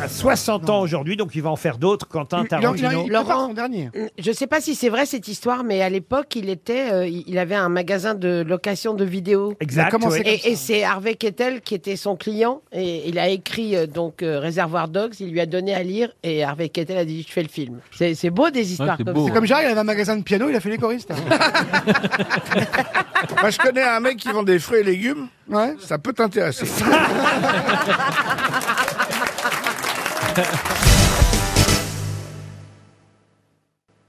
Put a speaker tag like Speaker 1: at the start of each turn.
Speaker 1: à 60 ans aujourd'hui, donc il va en faire d'autres, Quentin Tarantino.
Speaker 2: dernier.
Speaker 3: Je ne sais pas si c'est vrai cette histoire, mais à l'époque, il était, euh, il il avait un magasin de location de vidéos.
Speaker 1: Exact, Comment ouais. c'est comme
Speaker 3: Et, et c'est Harvey Kettel qui était son client et il a écrit euh, donc euh, Réservoir Dogs. Il lui a donné à lire et Harvey Kettel a dit je fais le film. C'est c'est beau des histoires comme
Speaker 2: C'est
Speaker 3: ça.
Speaker 2: comme Jarre, il avait un magasin de piano, il a fait les choristes.
Speaker 4: Moi, je connais un mec qui vend des fruits et légumes.
Speaker 2: Ouais.
Speaker 4: Ça peut t'intéresser.